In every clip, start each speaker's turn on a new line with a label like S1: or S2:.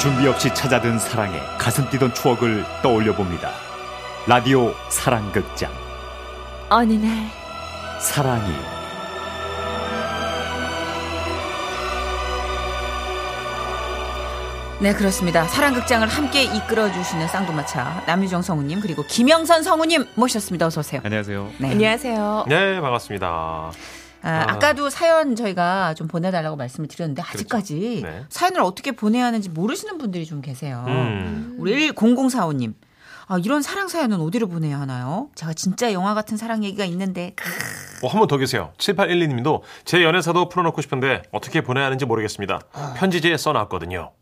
S1: 준비 없이 찾아든 사랑에 가슴 뛰던 추억을 떠올려 봅니다. 라디오 사랑극장
S2: 아,
S3: 어느 날
S1: 사랑이
S3: 네 그렇습니다. 사랑극장을 함께 이끌어주시는 쌍두마차 남유정 성우님 그리고 김영선 성우님 모셨습니다. 어서 오세요.
S4: 안녕하세요.
S3: 네.
S2: 안녕하세요.
S4: 네, 반갑습니다.
S3: 아, 까도 사연 저희가 좀 보내달라고 말씀을 드렸는데 아직까지
S4: 네.
S3: 사연을 어떻게 보내야 하는지 모르시는 분들이 좀 계세요.
S4: 음.
S3: 우리 1004호님. 아, 이런 사랑 사연은 어디로 보내야 하나요? 제가 진짜 영화 같은 사랑 얘기가 있는데 크,
S4: 어, 한번 더 계세요. 7812님도 제 연애사도 풀어놓고 싶은데 어떻게 보내야 하는지 모르겠습니다.
S3: 아.
S4: 편지지에 써놨거든요.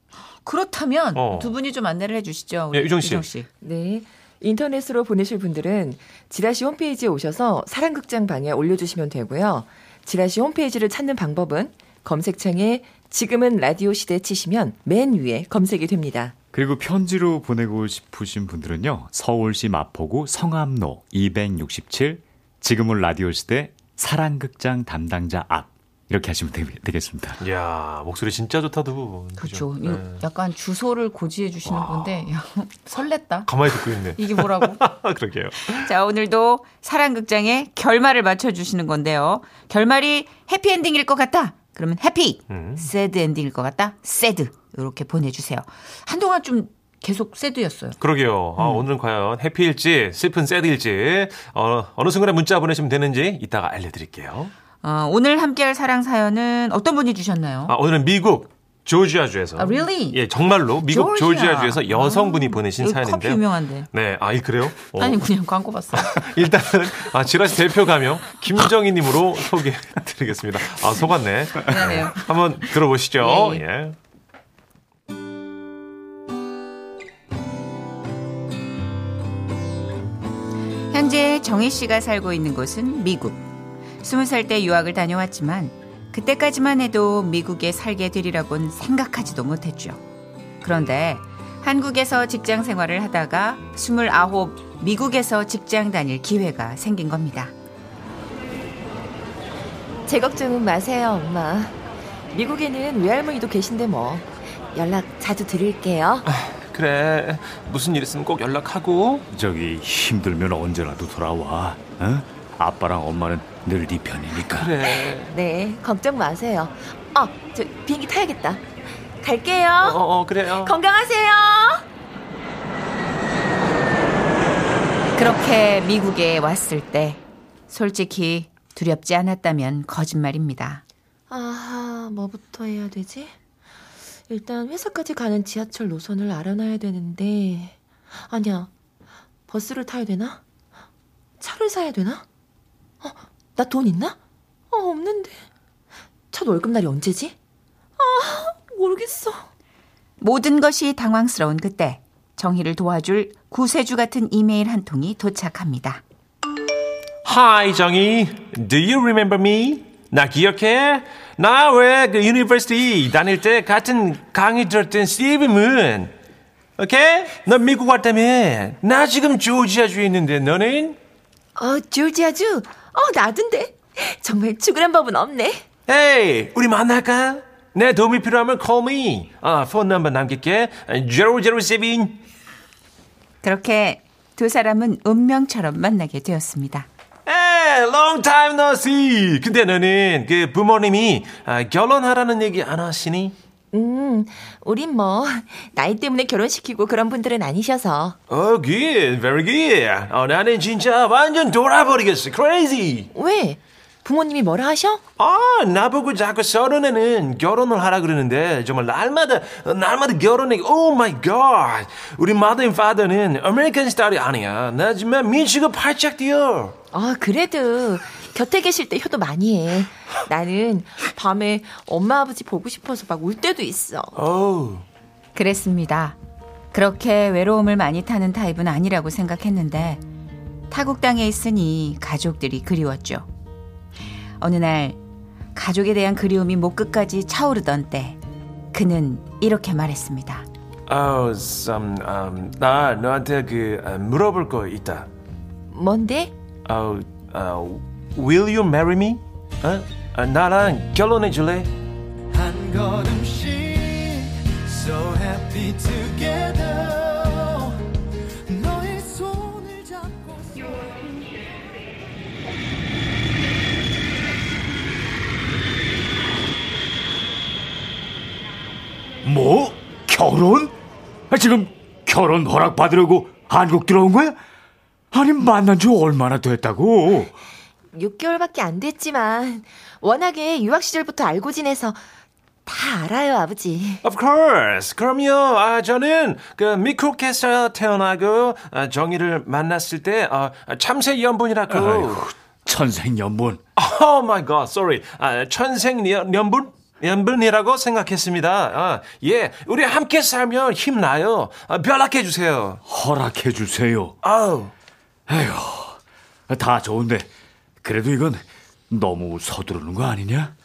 S3: 그렇다면
S4: 어.
S3: 두 분이 좀 안내를 해주시죠.
S4: 예, 유정 씨.
S2: 네. 인터넷으로 보내실 분들은 지라시 홈페이지에 오셔서 사랑극장 방에 올려주시면 되고요. 지라시 홈페이지를 찾는 방법은 검색창에 지금은 라디오 시대 치시면 맨 위에 검색이 됩니다.
S1: 그리고 편지로 보내고 싶으신 분들은요. 서울시 마포구 성암로 267 지금은 라디오 시대 사랑극장 담당자 앞 이렇게 하시면 되, 겠습니다
S4: 이야, 목소리 진짜 좋다, 두 분.
S3: 그렇죠.
S4: 그죠?
S3: 이거
S4: 네.
S3: 약간 주소를 고지해 주시는 건데 야, 설렜다.
S4: 가만히 듣고 있네.
S3: 이게 뭐라고?
S4: 그러게요.
S3: 자, 오늘도 사랑극장의 결말을 맞춰주시는 건데요. 결말이 해피엔딩일 것 같다. 그러면 해피.
S4: 음.
S3: 새드 엔딩일 것 같다. 새드. 이렇게 보내주세요. 한동안 좀 계속 새드였어요.
S4: 그러게요.
S3: 음.
S4: 아, 오늘은 과연 해피일지 슬픈 새드일지 어, 어느 순간에 문자 보내시면 되는지 이따가 알려드릴게요.
S3: 어, 오늘 함께할 사랑 사연은 어떤 분이 주셨나요?
S4: 아, 오늘은 미국 조지아주에서
S3: 아, really?
S4: 예, 정말로 미국
S3: 조지아.
S4: 조지아. 주에서 여성분이 보내신
S3: 여기 커피
S4: 사연인데요.
S3: 유명한데.
S4: 네, 아, 이 그래요? 어.
S3: 아니 그냥 광고 봤어.
S4: 일단은 아 지라시 대표 가명 김정희님으로 소개해드리겠습니다. 아 속았네.
S3: 미안해요.
S4: 한번 들어보시죠.
S3: 예,
S4: 예.
S3: 현재 정희 씨가 살고 있는 곳은 미국. 스무 살 때 유학을 다녀왔지만 그때까지만 해도 미국에 살게 되리라고는 생각하지도 못했죠. 그런데 한국에서 직장 생활을 하다가 스물아홉 미국에서 직장 다닐 기회가 생긴 겁니다.
S2: 제 걱정은 마세요, 엄마. 미국에는 외할머니도 계신데 뭐. 아. 연락 자주 드릴게요.
S4: 그래 무슨 일 있으면 꼭 연락하고.
S1: 저기 힘들면 언제라도 돌아와. 응? 아빠랑 엄마는 늘 네 편이니까.
S4: 그래.
S2: 네, 걱정 마세요. 어, 저 비행기 타야겠다. 갈게요.
S4: 어, 어 그래요.
S2: 건강하세요.
S3: 그렇게 미국에 왔을 때 솔직히 두렵지 않았다면 거짓말입니다.
S2: 아, 뭐부터 해야 되지? 일단 회사까지 가는 지하철 노선을 알아놔야 되는데 아니야. 버스를 타야 되나? 차를 사야 되나? 어, 나 돈 있나? 어, 없는데. 첫 월급 날이 언제지? 아, 모르겠어.
S3: 모든 것이 당황스러운 그때 정희를 도와줄 구세주 같은 이메일 한 통이 도착합니다.
S4: Hi 정희, do you remember me? 나 기억해? 나 왜 그 유니버시티 다닐 때 같은 강의 들었던 스티브 문. 오케이? 너 미국 왔다며? 나 지금 조지아주에 있는데 너는?
S2: 어, 조지아주. 어, 나둔데. 정말 죽으란 법은 없네.
S4: 에이, 우리 만날까? 내 도움이 필요하면 call me. 아, 폰 넘버 남길게. 007.
S3: 그렇게 두 사람은 운명처럼 만나게 되었습니다.
S4: 에이, long time no see. 근데 너는 그 부모님이 아, 결혼하라는 얘기 안 하시니?
S2: 음, 우린 뭐 나이 때문에 결혼시키고 그런 분들은 아니셔서.
S4: 어, good, very good. 어, 나는 진짜 완전 돌아버리겠어. crazy.
S2: 왜? 부모님이 뭐라 하셔?
S4: 아, 나보고 자꾸 서른에는 결혼을 하라 그러는데 정말 날마다 날마다 결혼해. 오 마이 갓. 우리 mother and father는 아메리칸 스타일이 아니야. 나 정말 미치고 팔짝 뛰어.
S2: 아, 그래도 곁에 계실 때 효도 많이 해. 나는 밤에 엄마 아버지 보고 싶어서 막 울 때도 있어.
S4: 오.
S3: 그랬습니다. 그렇게 외로움을 많이 타는 타입은 아니라고 생각했는데 타국 땅에 있으니 가족들이 그리웠죠. 어느 날 가족에 대한 그리움이 목 끝까지 차오르던 때 그는 이렇게 말했습니다.
S4: 아, 쌈, 음, 나 너한테 그 아, 물어볼 거 있다.
S2: 뭔데?
S4: 아, 아, will you marry me? 어? 아, 나랑 결혼해 줄래?
S5: 한 걸음씩 so happy be together. 너의 손을 잡고.
S1: 뭐? 결혼? 아, 지금 결혼 허락 받으려고 한국 들어온 거야? 아니 만난 지 얼마나 됐다고?
S2: 6개월밖에 안 됐지만 워낙에 유학 시절부터 알고 지내서 다 알아요, 아버지.
S4: Of course. 그럼요. 아, 저는 그 미국에서 태어나고 아, 정의를 만났을 때 아, 참새 연분이라고.
S1: 아이고, 천생연분.
S4: Oh my god. Sorry. 아, 천생 연- 연분? 연분이라고 생각했습니다. 아, 예. 우리 함께 살면 힘나요. 아, 벼락해 주세요.
S1: 허락해 주세요.
S4: 아우.
S1: 다 좋은데 그래도 이건 너무 서두르는 거 아니냐?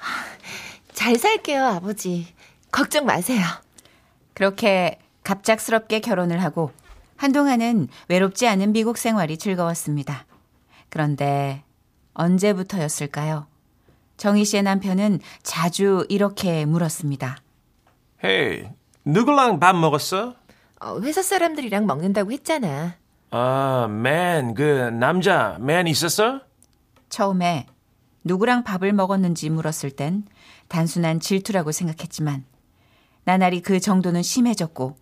S2: 잘 살게요, 아버지. 걱정 마세요.
S3: 그렇게 갑작스럽게 결혼을 하고 한동안은 외롭지 않은 미국 생활이 즐거웠습니다. 그런데 언제부터였을까요? 정희 씨의 남편은 자주 이렇게 물었습니다.
S4: 헤이. 누구랑 밥 먹었어?
S2: 어, 회사 사람들이랑 먹는다고 했잖아.
S4: 아, 맨, 그, 남자, 맨 있었어?
S3: 처음에 누구랑 밥을 먹었는지 물었을 땐 단순한 질투라고 생각했지만 나날이 그 정도는 심해졌고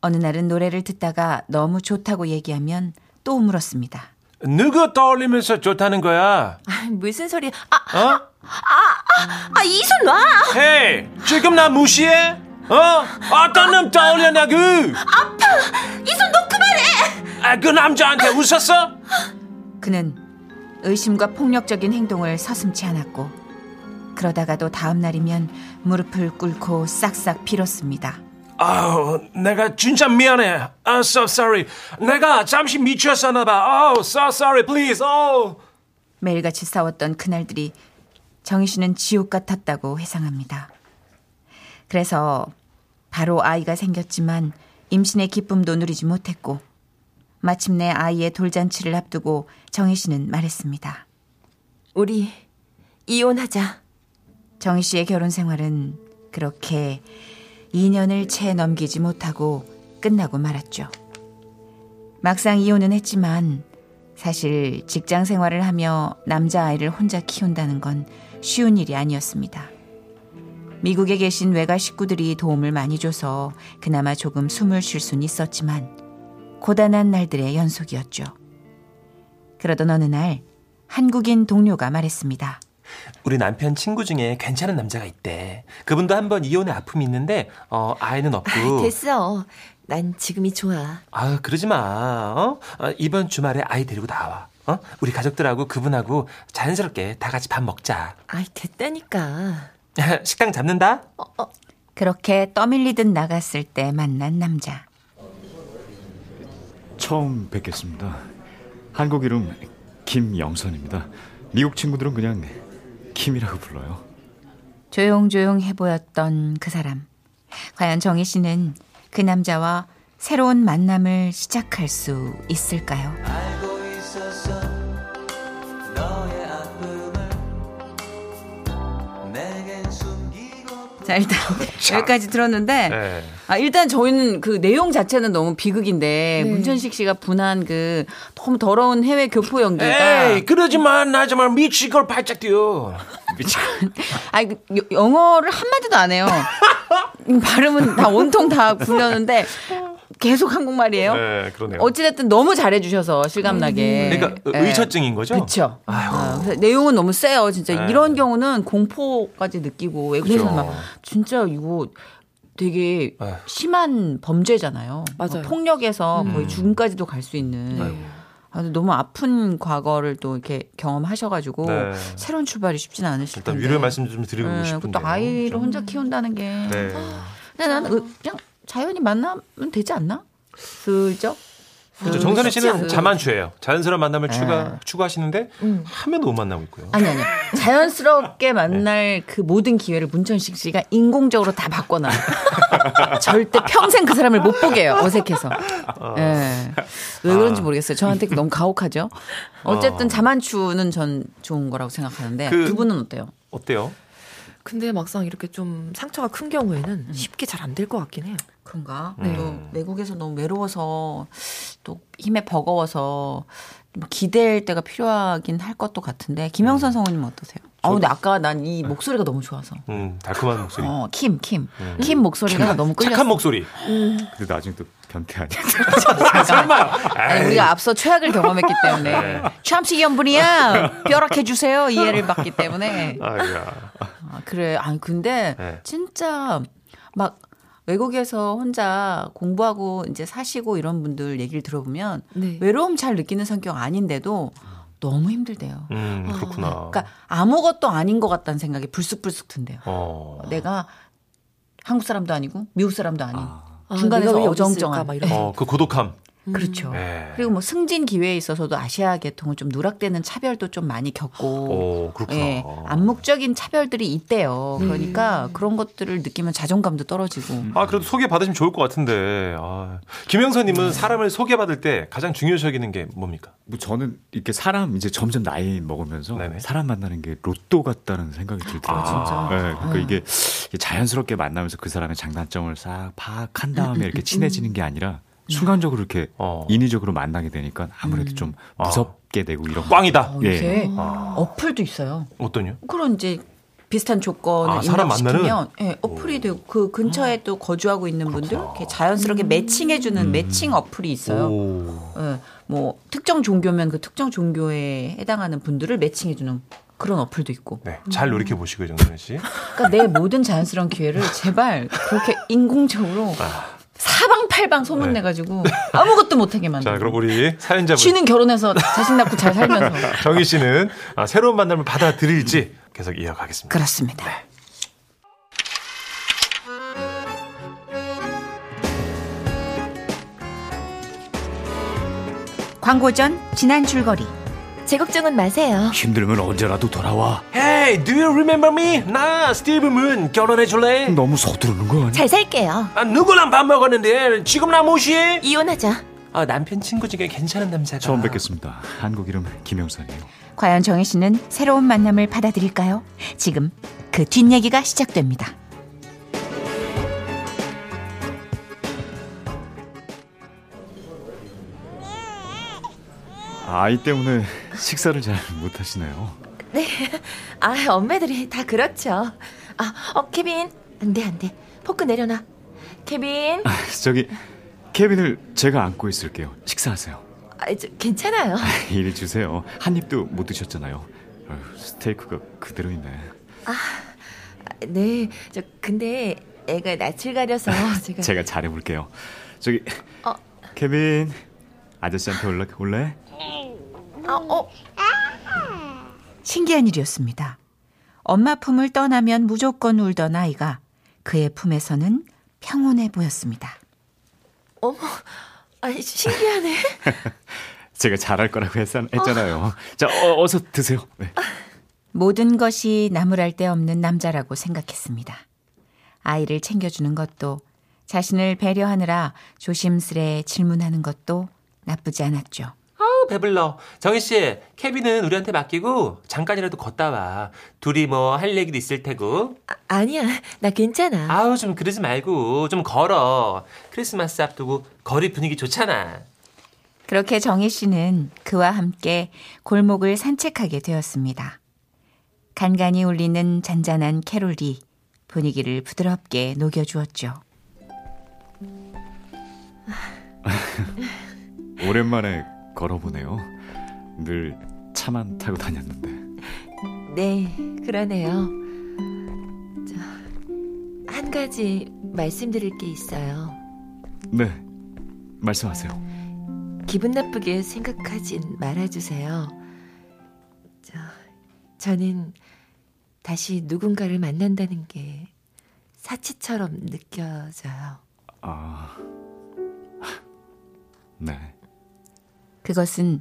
S3: 어느 날은 노래를 듣다가 너무 좋다고 얘기하면 또 물었습니다.
S4: 누구 떠올리면서 좋다는 거야?
S2: 아, 무슨 소리? 아,
S4: 어?
S2: 아, 이 손 놔!
S4: 헤이, 지금 나 무시해? 어? 어떤 놈 떠올렸냐고?
S2: 이 손 놓고 말해!
S4: 아, 그 남자한테 웃었어?
S3: 그는 의심과 폭력적인 행동을 서슴지 않았고 그러다가도 다음 날이면 무릎을 꿇고 싹싹 빌었습니다.
S4: 아우, 내가 진짜 미안해. I'm so sorry. 내가 잠시 미쳤었나 봐. Oh, so sorry, please. Oh.
S3: 매일같이 싸웠던 그날들이 정희 씨는 지옥 같았다고 회상합니다. 그래서 바로 아이가 생겼지만 임신의 기쁨도 누리지 못했고 마침내 아이의 돌잔치를 앞두고 정희 씨는 말했습니다.
S2: 우리, 이혼하자.
S3: 정희 씨의 결혼 생활은 그렇게 2년을 채 넘기지 못하고 끝나고 말았죠. 막상 이혼은 했지만 사실 직장 생활을 하며 남자아이를 혼자 키운다는 건 쉬운 일이 아니었습니다. 미국에 계신 외가 식구들이 도움을 많이 줘서 그나마 조금 숨을 쉴 순 있었지만 고단한 날들의 연속이었죠. 그러던 어느 날 한국인 동료가 말했습니다.
S4: 우리 남편 친구 중에 괜찮은 남자가 있대. 그분도 한번 이혼의 아픔이 있는데, 어, 아이는 없고.
S2: 됐어. 난 지금이 좋아.
S4: 아, 그러지 마. 어? 어, 이번 주말에 아이 데리고 나와. 어? 우리 가족들하고 그분하고 자연스럽게 다 같이 밥 먹자.
S2: 아이, 됐다니까.
S4: 식당 잡는다?
S3: 그렇게 떠밀리듯 나갔을 때 만난 남자.
S1: 처음 뵙겠습니다. 한국 이름 김영선입니다. 미국 친구들은 그냥 김이라고 불러요.
S3: 조용조용해 보였던 그 사람. 과연 정희 씨는 그 남자와 새로운 만남을 시작할 수 있을까요?
S5: 알고 있었어 너의 아픔을 내겐 숨기고
S6: 자 일단 여기까지 들었는데
S4: 네.
S6: 아 일단 저희는 그 내용 자체는 너무 비극인데 네, 문천식 씨가 분한 그 너무 더러운 해외 교포 연기가
S4: 에이, 그러지 마. 나 정말 미치걸 발짝 뛰어.
S6: 아니 그 여- 영어를 한 마디도 안 해요. 발음은 다 온통 다 굴렸는데 계속 한국말이에요.
S4: 네, 그러네요.
S6: 어찌됐든 너무 잘해주셔서 실감나게.
S4: 그러니까
S6: 예.
S4: 의처증인 거죠?
S6: 그쵸. 아, 그래서 내용은 너무 세요. 진짜 이런 경우는 공포까지 느끼고 외국에서는
S4: 네. 그쵸.
S6: 막 진짜 이거 되게
S4: 아휴.
S6: 심한 범죄잖아요.
S2: 맞아요.
S6: 막 폭력에서 거의 죽음까지도 갈 수 있는. 아, 근데 너무 아픈 과거를 또 이렇게 경험하셔가지고
S4: 네.
S6: 새로운 출발이 쉽지는 않으실 텐데.
S4: 일단 위로의 말씀 좀 드리고
S6: 네,
S4: 싶은데.
S6: 그것도 아, 아이를 혼자 키운다는 게.
S4: 네.
S6: 근데 나는 으- 그냥 자연히 만나면 되지 않나? 슬쩍.
S4: 그렇죠. 정선혜 씨는
S6: 슬쩍.
S4: 자만추예요. 자연스러운 만남을 추가 추구하시는데 한 명도 못 만나고 있고요.
S6: 네. 음. 아니 아니 자연스럽게 만날 그 모든 기회를 문천식 씨가 인공적으로 다 바꿔놔. 절대 평생 그 사람을 못 보게 해요. 어색해서. 예. 왜
S4: 아.
S6: 그런지 모르겠어요. 저한테 너무 가혹하죠. 어쨌든 자만추는 전 좋은 거라고 생각하는데
S4: 어. 그-
S6: 두 분은 어때요?
S4: 어때요?
S2: 근데 막상 이렇게 좀 상처가 큰 경우에는 쉽게 잘 안 될 것 같긴 해요.
S6: 그런가?
S4: 네.
S6: 또 외국에서 너무 외로워서 또 힘에 버거워서 뭐 기댈 때가 필요하긴 할 것도 같은데 김영선 성우님 어떠세요? 아 근데 아까 난 이 목소리가 너무 좋아서
S4: 음, 달콤한 목소리.
S6: 어 김 김 김 목소리가 너무 끌렸어.
S4: 착한 목소리.
S1: 근데 나중에 또 변태 아니야?
S6: 그러니까 아니, 우리가 앞서 최악을 경험했기 때문에 참치 염분이야 벼락해 주세요 이해를 받기 때문에
S4: 아이야.
S6: 아, 그래. 아니, 근데
S4: 네.
S6: 진짜 막 외국에서 혼자 공부하고 이제 사시고 이런 분들 얘기를 들어보면
S2: 네.
S6: 외로움 잘 느끼는 성격 아닌데도 너무 힘들대요.
S4: 음, 그렇구나.
S6: 그러니까 아무것도 아닌 것 같다는 생각이 불쑥불쑥 든대요.
S4: 어.
S6: 내가 한국 사람도 아니고 미국 사람도 아닌
S2: 아,
S6: 중간에서
S2: 내가 왜 여기 있을까?
S6: 어정쩡한
S2: 막 이런.
S4: 어, 그 고독함.
S6: 그렇죠.
S4: 네.
S6: 네. 그리고 뭐 승진 기회에 있어서도 아시아 계통은 좀 누락되는 차별도 좀 많이 겪고
S4: 오, 어, 그렇구나. 음.
S6: 예, 암묵적인 차별들이 있대요. 그러니까 그런 것들을 느끼면 자존감도 떨어지고.
S4: 아, 그래도 소개받으시면 좋을 것 같은데. 아,
S6: 음.
S4: 김영선님은 사람을 소개받을 때 가장 중요시 여기는 게 뭡니까?
S1: 뭐 저는 이렇게 사람 이제 점점 나이 먹으면서
S4: 네네.
S1: 사람 만나는 게 로또 같다는 생각이 들더라고요.
S4: 아, 진짜?
S1: 네, 그러니까 이게 자연스럽게 만나면서 그 사람의 장단점을 싹 파악한 다음에 이렇게 친해지는 게 아니라 순간적으로 이렇게
S4: 어.
S1: 인위적으로 만나게 되니까 아무래도 좀 무섭게 되고 이런
S4: 꽝이다. 아,
S6: 어,
S1: 예.
S6: 요새 어플도 있어요.
S4: 어떤요?
S6: 그런 이제 비슷한 조건을
S4: 아, 사람
S6: 입력시키면 예, 어플이 되고 그 근처에 또 거주하고 있는 분들 이렇게 자연스럽게 매칭해주는 매칭 어플이 있어요.
S4: 음. 오.
S6: 예, 뭐 특정 종교면 그 특정 종교에 해당하는 분들을 매칭해주는 그런 어플도 있고.
S4: 네, 잘 노력해 보시고요, 정선 씨.
S6: 그러니까 내 모든 자연스러운 기회를 제발 그렇게 인공적으로
S4: 아.
S6: 사방팔방 소문내가지고 아무것도 못하게
S4: 네. 자,
S6: 만들고.
S4: 그럼 우리 사연자분
S6: 쥐는 결혼해서 자신 낳고 잘 살면서.
S4: 정희 씨는 아, 새로운 만남을 받아들일지 계속 이어가겠습니다.
S6: 그렇습니다.
S3: 광고 전 지난 줄거리.
S2: 제걱정은 마세요.
S1: 힘들면 언제라도 돌아와.
S4: Hey, do you remember me? 나 스티브 문 결혼해 줄래?
S1: 너무 서두르는 거 아니야?
S2: 잘 살게요.
S4: 아, 누구랑 밥 먹었는데 지금 나 무시해?
S2: 이혼하자.
S4: 아, 남편 친구 중에 괜찮은 남자가
S1: 처음 뵙겠습니다. 한국 이름 김영선이요.
S3: 과연 정혜 씨는 새로운 만남을 받아들일까요? 지금 그 뒷얘기가 시작됩니다.
S1: 아이 때문에 식사를 잘 못 하시네요.
S2: 아, 엄마들이 다 그렇죠. 아, 어, 케빈. 안 돼, 안 돼. 포크 내려놔. 케빈.
S1: 아. 저기 케빈을 제가 안고 있을게요. 식사하세요.
S2: 아, 저, 괜찮아요.
S1: 이리 주세요. 한 입도 못 드셨잖아요. 아유, 스테이크가 그대로 있네.
S2: 네. 저, 근데 애가 낯을 가려서 제가.
S1: 제가 잘해볼게요. 저기
S2: 네. 어.
S1: 케빈 아저씨한테 올라 올래?
S2: 아, 어,
S3: 신기한 일이었습니다. 엄마 품을 떠나면 무조건 울던 아이가 그의 품에서는 평온해 보였습니다.
S2: 어머. 아, 신기하네.
S1: 제가 잘할 거라고 했, 했잖아요. 자 어, 어서 드세요. 네.
S3: 모든 것이 나무랄 데 없는 남자라고 생각했습니다. 아이를 챙겨주는 것도 자신을 배려하느라 조심스레 질문하는 것도 나쁘지 않았죠.
S4: 아우, 배불러. 정희 씨, 케빈은 우리한테 맡기고 잠깐이라도 걷다 와. 둘이 뭐 할 얘기도 있을 테고.
S2: 아, 아니야. 나 괜찮아.
S4: 아우, 좀 그러지 말고 좀 걸어. 크리스마스 앞두고 거리 분위기 좋잖아.
S3: 그렇게 정희 씨는 그와 함께 골목을 산책하게 되었습니다. 간간히 울리는 잔잔한 캐롤이 분위기를 부드럽게 녹여주었죠.
S1: 오랜만에 걸어보네요. 늘 차만 타고 다녔는데
S2: 네, 그러네요. 저, 한 가지 말씀드릴 게 있어요.
S1: 네 말씀하세요.
S2: 기분 나쁘게 생각하진 말아주세요. 저, 저는 다시 누군가를 만난다는 게 사치처럼 느껴져요.
S1: 아 네.
S3: 그것은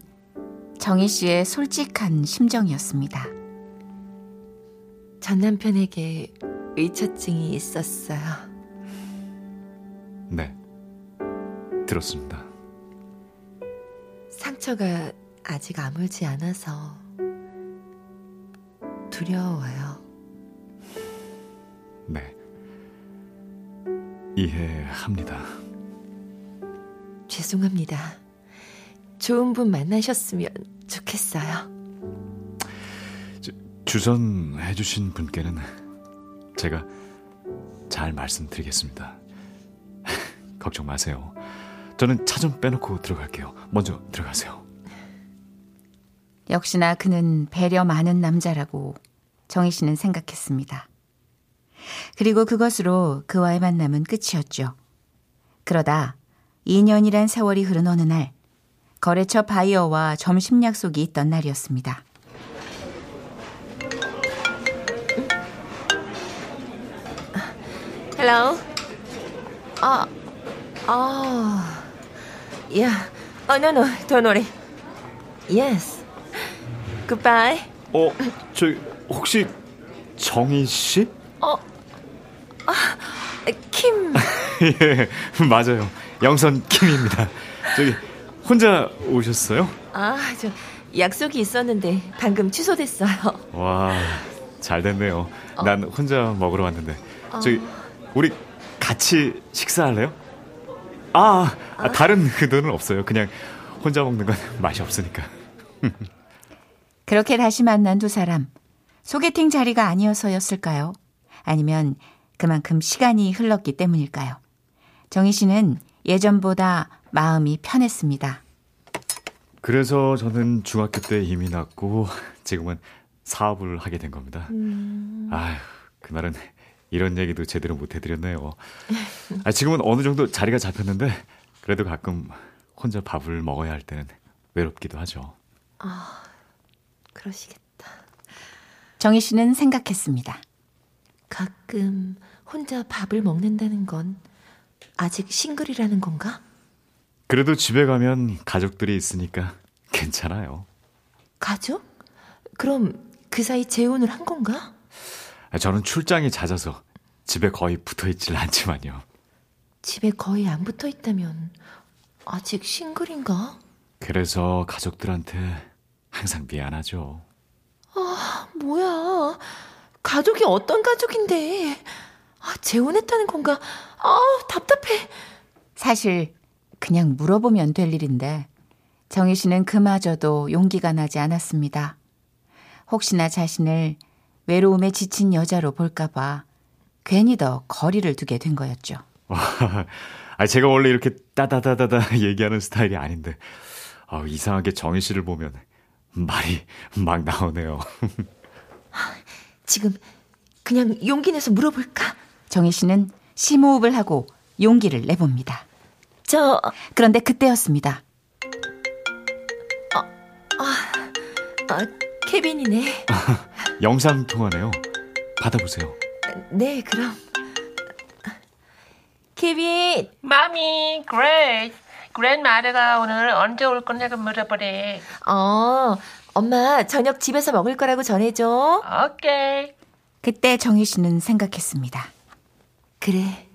S3: 정희 씨의 솔직한 심정이었습니다.
S2: 전 남편에게 의처증이 있었어요.
S1: 네. 들었습니다.
S2: 상처가 아직 아물지 않아서 두려워요.
S1: 네. 이해합니다.
S2: 죄송합니다. 좋은 분 만나셨으면 좋겠어요.
S1: 주선해주신 분께는 제가 잘 말씀드리겠습니다. 걱정 마세요. 저는 차 좀 빼놓고 들어갈게요. 먼저 들어가세요.
S3: 역시나 그는 배려 많은 남자라고 정희 씨는 생각했습니다. 그리고 그것으로 그와의 만남은 끝이었죠. 그러다 2년이란 세월이 흐른 어느 날, 거래처 바이어와 점심 약속이 있던 날이었습니다.
S2: Hello. 아, 아, yeah. Oh no no, don't worry. Yes. Goodbye.
S1: 어, 저 혹시 정희 씨?
S2: 어, 아, 킴.
S1: 예, 맞아요. 영선 킴입니다. 저기 혼자 오셨어요?
S2: 아, 저 약속이 있었는데 방금 취소됐어요.
S1: 와, 잘 됐네요. 난 혼자 먹으러 왔는데. 저기 우리 같이 식사할래요? 아, 아, 다른 의도는 없어요. 그냥 혼자 먹는 건 맛이 없으니까.
S3: 그렇게 다시 만난 두 사람. 소개팅 자리가 아니어서였을까요? 아니면 그만큼 시간이 흘렀기 때문일까요? 정희 씨는 예전보다 마음이 편했습니다.
S1: 그래서 저는 중학교 때 이미 났고 지금은 사업을 하게 된 겁니다. 아휴, 그날은 이런 얘기도 제대로 못 해드렸네요. 아, 지금은 어느 정도 자리가 잡혔는데 그래도 가끔 혼자 밥을 먹어야 할 때는 외롭기도 하죠.
S2: 그러시겠다.
S3: 정희 씨는 생각했습니다.
S2: 가끔 혼자 밥을 먹는다는 건 아직 싱글이라는 건가?
S1: 그래도 집에 가면 가족들이 있으니까 괜찮아요.
S2: 가족? 그럼 그 사이 재혼을 한 건가?
S1: 아, 저는 출장이 잦아서 집에 거의 붙어 있질 않지만요.
S2: 집에 거의 안 붙어 있다면 아직 싱글인가?
S1: 그래서 가족들한테 항상 미안하죠.
S2: 아, 뭐야? 가족이 어떤 가족인데? 아, 재혼했다는 건가? 아, 답답해.
S3: 사실 그냥 물어보면 될 일인데 정희 씨는 그마저도 용기가 나지 않았습니다. 혹시나 자신을 외로움에 지친 여자로 볼까봐 괜히 더 거리를 두게 된 거였죠.
S1: 와, 아, 제가 원래 이렇게 따다다다다 얘기하는 스타일이 아닌데 아, 이상하게 정희 씨를 보면 말이 막 나오네요.
S2: 지금 그냥 용기 내서 물어볼까?
S3: 정희 씨는 심호흡을 하고 용기를 내봅니다.
S2: 저
S3: 그런데 그때였습니다.
S2: 아, 케빈이네.
S1: 영상 통화네요. 받아보세요.
S2: 네, 그럼. 케빈,
S7: 마미, 그레이. 그랜마드가 오늘 언제 올 거냐고 물어보래.
S2: 어, 엄마 저녁 집에서 먹을 거라고 전해줘.
S7: 오케이.
S3: 그때 정희 씨는 생각했습니다.
S2: 그래,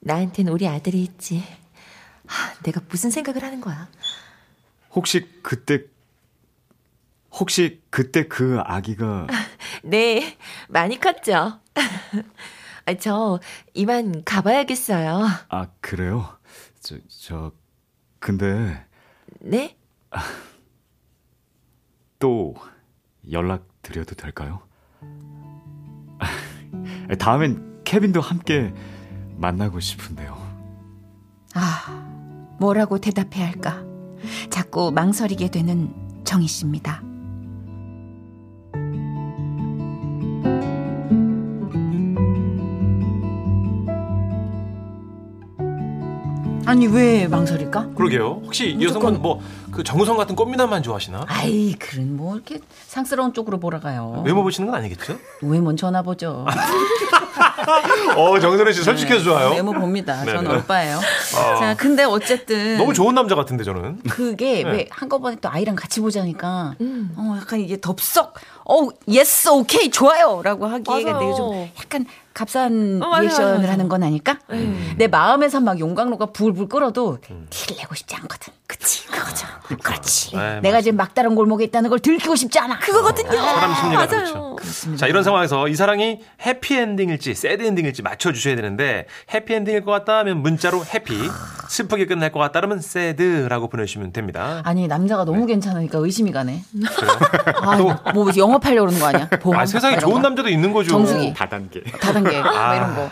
S2: 나한텐 우리 아들이 있지. 하, 내가 무슨 생각을 하는 거야?
S1: 혹시 그때 혹시 그때 그 아기가
S2: 네, 많이 컸죠. 아, 저 이만 가봐야겠어요.
S1: 아 그래요? 저, 저 근데
S2: 네?
S1: 또 연락 드려도 될까요? 아, 다음엔 케빈도 함께 만나고 싶은데요.
S3: 아, 뭐라고 대답해야 할까? 자꾸 망설이게 되는 정희 씨입니다.
S6: 아니 왜 망설일까?
S4: 그러게요. 혹시 이 여성분 뭐 그 정우성 같은 꽃미남만 좋아하시나?
S6: 아이 그런 뭐 이렇게 상스러운 쪽으로 보러가요.
S4: 외모 보시는 건 아니겠죠?
S6: 왜 먼저 전화 보죠?
S4: 어, 정선혜 씨 아, 솔직해서 좋아요.
S6: 외모 봅니다.
S4: 네,
S6: 저는
S4: 네.
S6: 오빠예요. 자 근데 어쨌든
S4: 너무 좋은 네. 남자 같은데 저는.
S6: 그게 왜 한꺼번에 또 아이랑 같이 보자니까
S2: 음.
S6: 어 약간 이게 덥석 어 예스 오케이 좋아요라고 하기가
S2: 맞아요.
S6: 되게 좀 약간 값싼
S2: 어, 맞아요,
S6: 리액션을
S2: 맞아요, 네. 맞아요.
S6: 하는 건 아닐까? 내 마음에서 막 용광로가 불불 끓어도
S4: 음.
S6: 티를 내고 싶지 않거든. 그치, 그거죠. 그렇지.
S4: 아, 네,
S6: 내가 지금 막다른 골목에 있다는 걸 들키고 싶지 않아. 그거거든요.
S4: 사람 심리가
S2: 맞아요.
S4: 그렇죠. 자, 이런 상황에서 이 사랑이 해피엔딩일지 새드엔딩일지 맞춰주셔야 되는데 해피엔딩일 것 같다 하면 문자로 해피, 슬프게 끝날 것 같다 그러면 새드라고 보내주시면 됩니다.
S6: 아니 남자가
S4: 네.
S6: 너무 괜찮으니까 의심이 가네. 아, 뭐 영업하려고 그러는 거 아니야? 보험,
S4: 아, 세상에
S6: 이런
S4: 좋은
S6: 거.
S4: 남자도 있는 거죠.
S6: 뭐, 정수기.
S1: 다단계.
S6: 다단계 막 이런 거.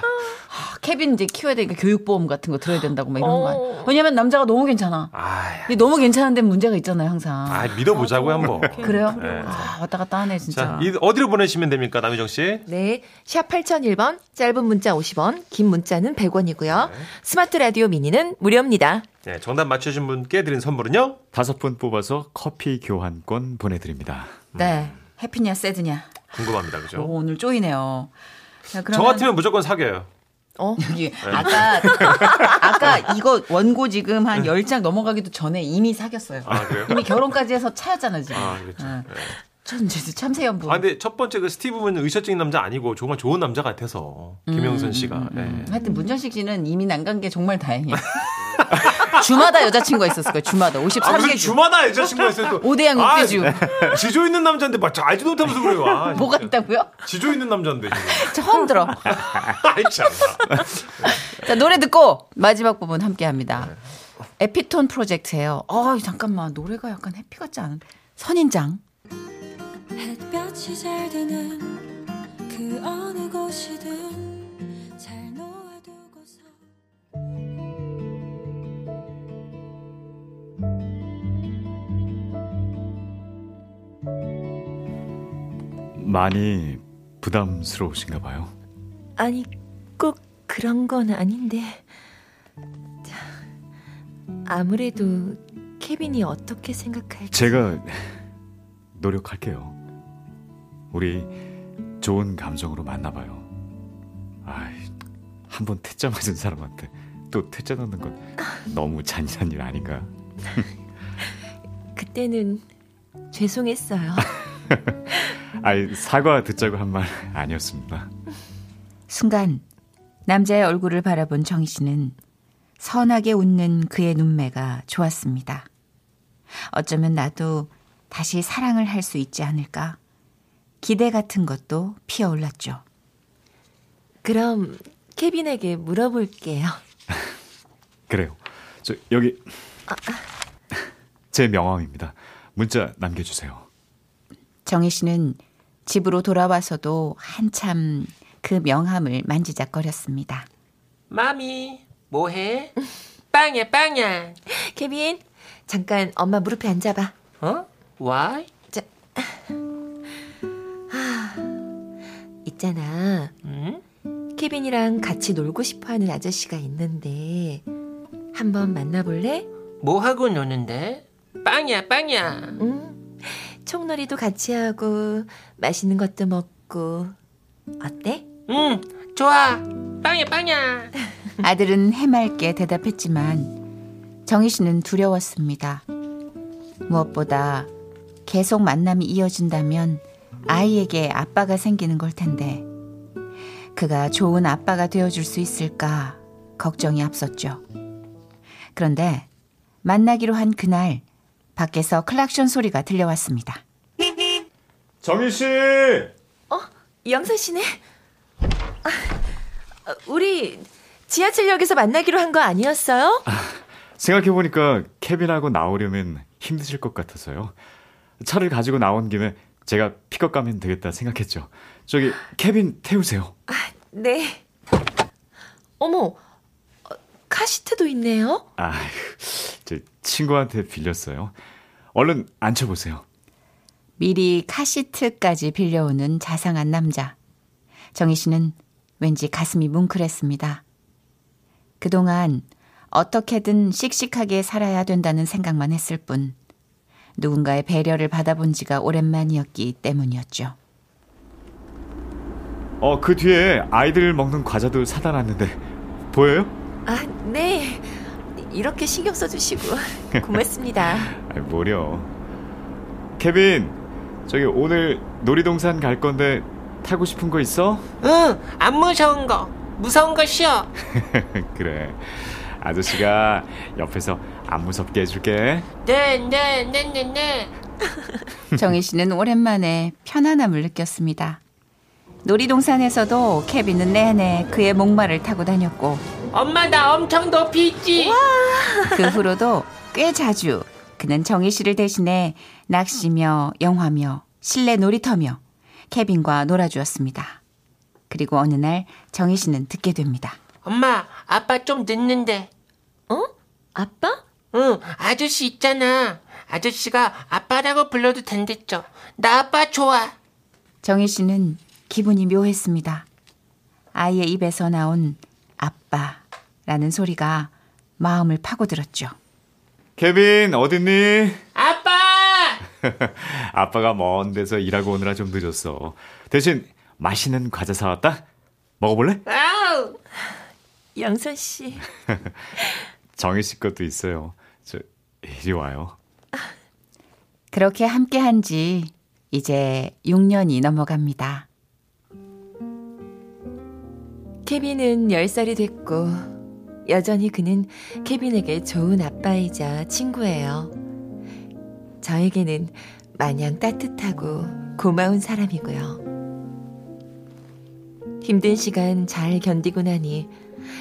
S6: 아, 케빈 이제 키워야 되니까 교육보험 같은 거 들어야 된다고 막 이런 거 아니야? 왜냐면 남자가 너무 괜찮아.
S4: 아,
S6: 근데 너무 괜찮은데 문제가 있잖아요 항상.
S4: 아 믿어보자고요 한번.
S6: 그래요?
S4: 네.
S6: 아, 왔다 갔다 하네 진짜.
S4: 자, 이 어디로 보내시면 됩니까, 남희정 씨?
S2: 네. 샵 8001번, 짧은 문자 50원, 긴 문자는
S1: 네.
S2: 100원이고요. 스마트 라디오 미니는 무료입니다.
S4: 네, 정답 맞춰주신 분께 드린 선물은요?
S1: 다섯 분 뽑아서 커피 교환권 보내드립니다.
S6: 네. 해피냐 새드냐.
S4: 궁금합니다, 그죠?
S6: 오, 오늘 쪼이네요. 자, 어, 그러면
S4: 음. 저 네. 같으면 무조건 사겨요.
S2: 어?
S6: 여기 아까 아까 이거 원고 지금 한 10장 넘어가기도 전에 이미 사귀었어요.
S4: 네. 아, 그래요?
S6: 이미 결혼까지 해서 차였잖아요, 지금.
S4: 아, 그렇죠.
S6: 응.
S4: 네.
S6: 천재지 참새연분.
S4: 아, 근데 첫 번째 그 스티브는 의식적인 남자 아니고 정말 좋은 남자 같아서
S6: 음,
S4: 김영선 씨가. 네.
S6: 하여튼 문전식 씨는 이미 난간 게 정말 다행이에요. 주마다 여자친구가 있었을 거예요. 주마다
S4: 아, 무슨
S6: 53개 주.
S4: 주마다 여자친구가 있어요. 또.
S6: 오대양
S4: 아,
S6: 육대주.
S4: 지조 있는 남자인데 막 알지도 못하면서 그래요. 아, 진짜.
S6: 뭐가 있다고요?
S4: 지조 있는 남자인데. 지금.
S6: 처음 들어.
S4: 아이, 참.
S6: 자, 노래 듣고 마지막 부분 함께 합니다.
S4: 네.
S6: 에피톤 프로젝트예요. 어, 잠깐만. 노래가 약간 해피 같지 않은 선인장.
S8: 햇볕이 잘 드는 그 어느 곳이든 잘 놓아두고서
S1: 많이 부담스러우신가 봐요.
S2: 아니, 꼭 그런 건 아닌데. 자, 아무래도 케빈이 어떻게 생각할지.
S1: 제가 노력할게요. 우리 좋은 감정으로 만나봐요. 아이, 한번 퇴짜 맞은 사람한테 또 퇴짜 넣는 건 너무 잔인한 일 아닌가?
S2: 그때는 죄송했어요.
S1: 아이, 사과 듣자고 한 말 아니었습니다.
S3: 순간 남자의 얼굴을 바라본 정희 씨는 선하게 웃는 그의 눈매가 좋았습니다. 어쩌면 나도 다시 사랑을 할 수 있지 않을까. 기대 같은 것도 피어올랐죠.
S2: 그럼 케빈에게 물어볼게요.
S1: 그래요. 저 여기 제 명함입니다. 문자 남겨주세요.
S3: 정희 씨는 집으로 돌아와서도 한참 그 명함을 만지작거렸습니다.
S7: 마미, 뭐해? 빵야, 빵야.
S2: 케빈, 잠깐 엄마 무릎에 앉아봐.
S7: 어? Why?
S2: 있잖아.
S7: 응?
S2: 케빈이랑 같이 놀고 싶어 하는 아저씨가 있는데, 한번 만나볼래?
S7: 뭐하고 노는데? 빵야, 빵야.
S2: 응. 총놀이도 같이 하고, 맛있는 것도 먹고. 어때?
S7: 응, 좋아. 빵야, 빵야.
S3: 아들은 해맑게 대답했지만 정희 씨는 두려웠습니다. 무엇보다 계속 만남이 이어진다면 아이에게 아빠가 생기는 걸 텐데 그가 좋은 아빠가 되어줄 수 있을까 걱정이 앞섰죠. 그런데 만나기로 한 그날 밖에서 클락션 소리가 들려왔습니다.
S1: 정희 씨,
S2: 어? 영선 씨네? 아, 우리 지하철역에서 만나기로 한 거 아니었어요?
S1: 생각해 보니까 케빈하고 나오려면 힘드실 것 같아서요. 차를 가지고 나온 김에 제가 픽업 가면 되겠다 생각했죠. 저기 케빈 태우세요.
S2: 네. 어머, 어, 카시트도 있네요?
S1: 아, 제 친구한테 빌렸어요. 얼른 앉혀 보세요.
S3: 미리 카시트까지 빌려오는 자상한 남자. 정희 씨는 왠지 가슴이 뭉클했습니다. 그동안 어떻게든 씩씩하게 살아야 된다는 생각만 했을 뿐 누군가의 배려를 받아본 지가 오랜만이었기 때문이었죠.
S1: 어, 그 뒤에 아이들 먹는 과자도 사다 놨는데 보여요?
S2: 아, 네. 이렇게 신경 써주시고 고맙습니다.
S1: 아이, 뭐려. 케빈, 저기 오늘 놀이동산 갈 건데 타고 싶은 거 있어?
S7: 응, 안 무서운 거. 무서운 거 싫어.
S1: 그래. 아저씨가 옆에서 안 무섭게 해줄게.
S7: 네, 네, 네, 네, 네.
S3: 정희 씨는 오랜만에 편안함을 느꼈습니다. 놀이동산에서도 케빈은 내내 그의 목마를 타고 다녔고
S7: 엄마 나 엄청 높이 있지.
S3: 그 후로도 꽤 자주 그는 정희 씨를 대신해 낚시며 영화며 실내 놀이터며 케빈과 놀아주었습니다. 그리고 어느 날 정희 씨는 듣게 됩니다.
S7: 엄마, 아빠 좀 늦는데.
S2: 어? 아빠?
S7: 응, 아저씨 있잖아. 아저씨가 아빠라고 불러도 된댔죠. 나 아빠 좋아.
S3: 정희 씨는 기분이 묘했습니다. 아이의 입에서 나온 아빠라는 소리가 마음을 파고들었죠.
S1: 케빈 어딨니?
S7: 아빠!
S1: 아빠가 먼 데서 일하고 오느라 좀 늦었어. 대신 맛있는 과자 사왔다. 먹어볼래?
S7: 아우!
S2: 양선 씨.
S1: 정희 씨 것도 있어요. 저 이리 와요.
S3: 그렇게 함께 한 지 이제 6년이 넘어갑니다.
S2: 케빈은 10살이 됐고 여전히 그는 케빈에게 좋은 아빠이자 친구예요. 저에게는 마냥 따뜻하고 고마운 사람이고요. 힘든 시간 잘 견디고 나니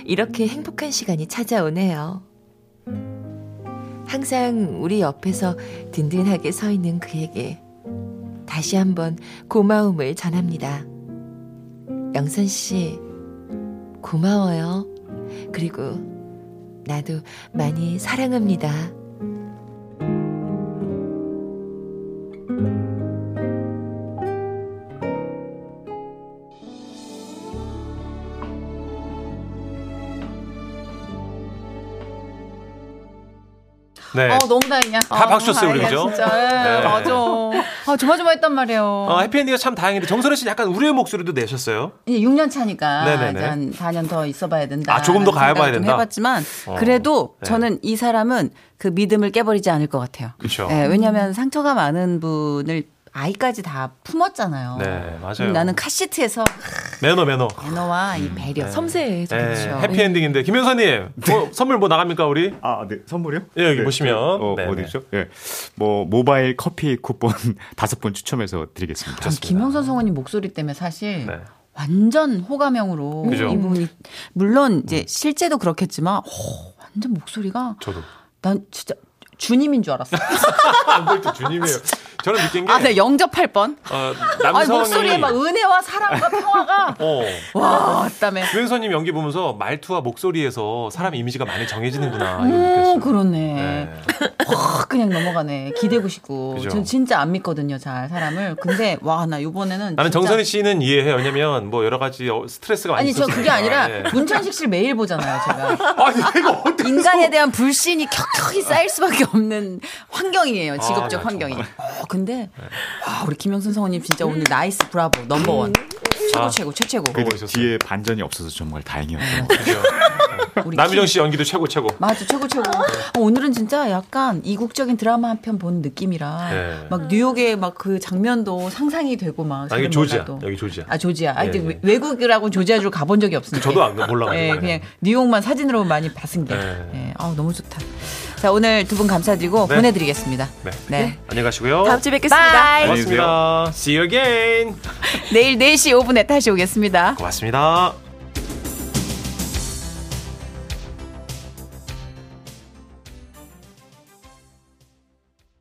S2: 이렇게 행복한 시간이 찾아오네요. 항상 우리 옆에서 든든하게 서 있는 그에게 다시 한번 고마움을 전합니다. 영선 씨, 고마워요. 그리고 나도 많이 사랑합니다.
S4: 네.
S6: 어, 너무 다행이야.
S4: 다 박수 쳤어요, 우리,
S6: 다행이야,
S4: 그죠?
S6: 진짜. 예,
S4: 네.
S6: 맞아. 아, 조마조마했단 말이에요.
S4: 어, 해피엔딩이 참 다행인데 정선혜 씨는 약간 우려의 목소리도 내셨어요.
S6: 이제 6년 차니까
S4: 네네네.
S6: 이제 한 4년 더 있어봐야 된다.
S4: 아, 조금 더 가봐야
S6: 라는 생각을 좀
S4: 된다?
S6: 해봤지만
S4: 어,
S6: 그래도
S4: 네.
S6: 저는 이 사람은 그 믿음을 깨버리지 않을 것 같아요.
S4: 그쵸.
S6: 네, 왜냐하면 상처가 많은 분을 아이까지 다 품었잖아요.
S4: 네, 맞아요.
S6: 음, 나는 그 카시트에서
S4: 매너 매너.
S6: 매너와 이 배려. 예,
S2: 섬세해.
S4: 네,
S2: 정말.
S4: 해피엔딩인데 김현선님
S6: 네.
S4: 뭐, 선물 뭐 나갑니까 우리?
S1: 아, 네. 선물이요?
S4: 예, 여기 보시면.
S1: 어,
S4: 네, 네.
S1: 어디죠? 예. 뭐 모바일 커피 쿠폰 다섯 번 추첨해서 드리겠습니다.
S6: 전 김영선 성원님 목소리 때문에 사실
S4: 네.
S6: 완전 호감형으로
S4: 그죠. 음.
S6: 이분이 물론 이제 실제도 그렇겠지만 오, 완전 목소리가
S4: 저도.
S6: 난 진짜 주님인 줄 알았어.
S4: 안볼때 주님이에요. 저는 느낀 게
S6: 아, 네 영접할 뻔.
S4: 어,
S6: 아니,
S4: 남성이
S6: 목소리에 막 은혜와 사랑과 평화가
S4: 어,
S6: 와, 그다음에
S4: 주현선님 연기 보면서 말투와 목소리에서 사람 이미지가 많이 정해지는구나 이런
S6: 오,
S4: 느꼈어요.
S6: 그렇네.
S4: 네.
S6: 확 그냥 넘어가네. 기대고 싶고.
S4: 그죠.
S6: 전 진짜 안 믿거든요, 잘 사람을. 근데 와, 나 요번에는
S4: 나는
S6: 진짜-
S4: 정선희 씨는 이해해. 왜냐면 뭐 여러 가지 어, 스트레스가 많이
S6: 아니, 저
S4: 있었으니까.
S6: 그게 아니라
S4: 예.
S6: 문천식 씨를 매일 보잖아요, 제가.
S4: 아니 이거 어떻게
S6: 인간에 대한 불신이 켜켜이 쌓일 수밖에 없는 환경이에요.
S4: 아, 네. 맞아.
S6: 직업적 환경이. 어, 근데 와, 우리 김영순 성우님 진짜 오늘 나이스 브라보. 넘버원. 최고
S4: 아.
S6: 최고 최 최고.
S1: 그래도
S4: 있었어요.
S1: 뒤에 반전이 없어서 정말 다행이었고.
S6: 우리
S4: 남희정
S6: 키-
S4: 씨 연기도 최고 네. 최고.
S6: 맞아 최고 최고 어, 오늘은 진짜 약간 이국적인 드라마 한 편 본 느낌이라
S4: 네.
S6: 막 뉴욕의 막 그 장면도 상상이 되고 막
S4: 아, 여기
S6: 지금
S4: 조지야.
S6: 몰라도.
S4: 여기 조지야.
S6: 아 조지야 아 이제
S4: 예, 예.
S6: 외국이라고 조지아주를 가본 적이 없으니까
S4: 저도 안 몰라가지고.
S6: 예, 그냥 뉴욕만 사진으로 많이 봤은 게
S4: 예.
S6: 예. 아 너무 좋다 자 오늘 두 분 감사드리고
S4: 네.
S6: 보내드리겠습니다
S4: 네.
S6: 네.
S4: 안녕히 가시고요.
S2: 다음 주에 뵙겠습니다.
S1: 안녕히 계세요.
S4: 고맙습니다. See you again.
S6: 네 내일 4시 5분에 다시 오겠습니다
S4: 고맙습니다.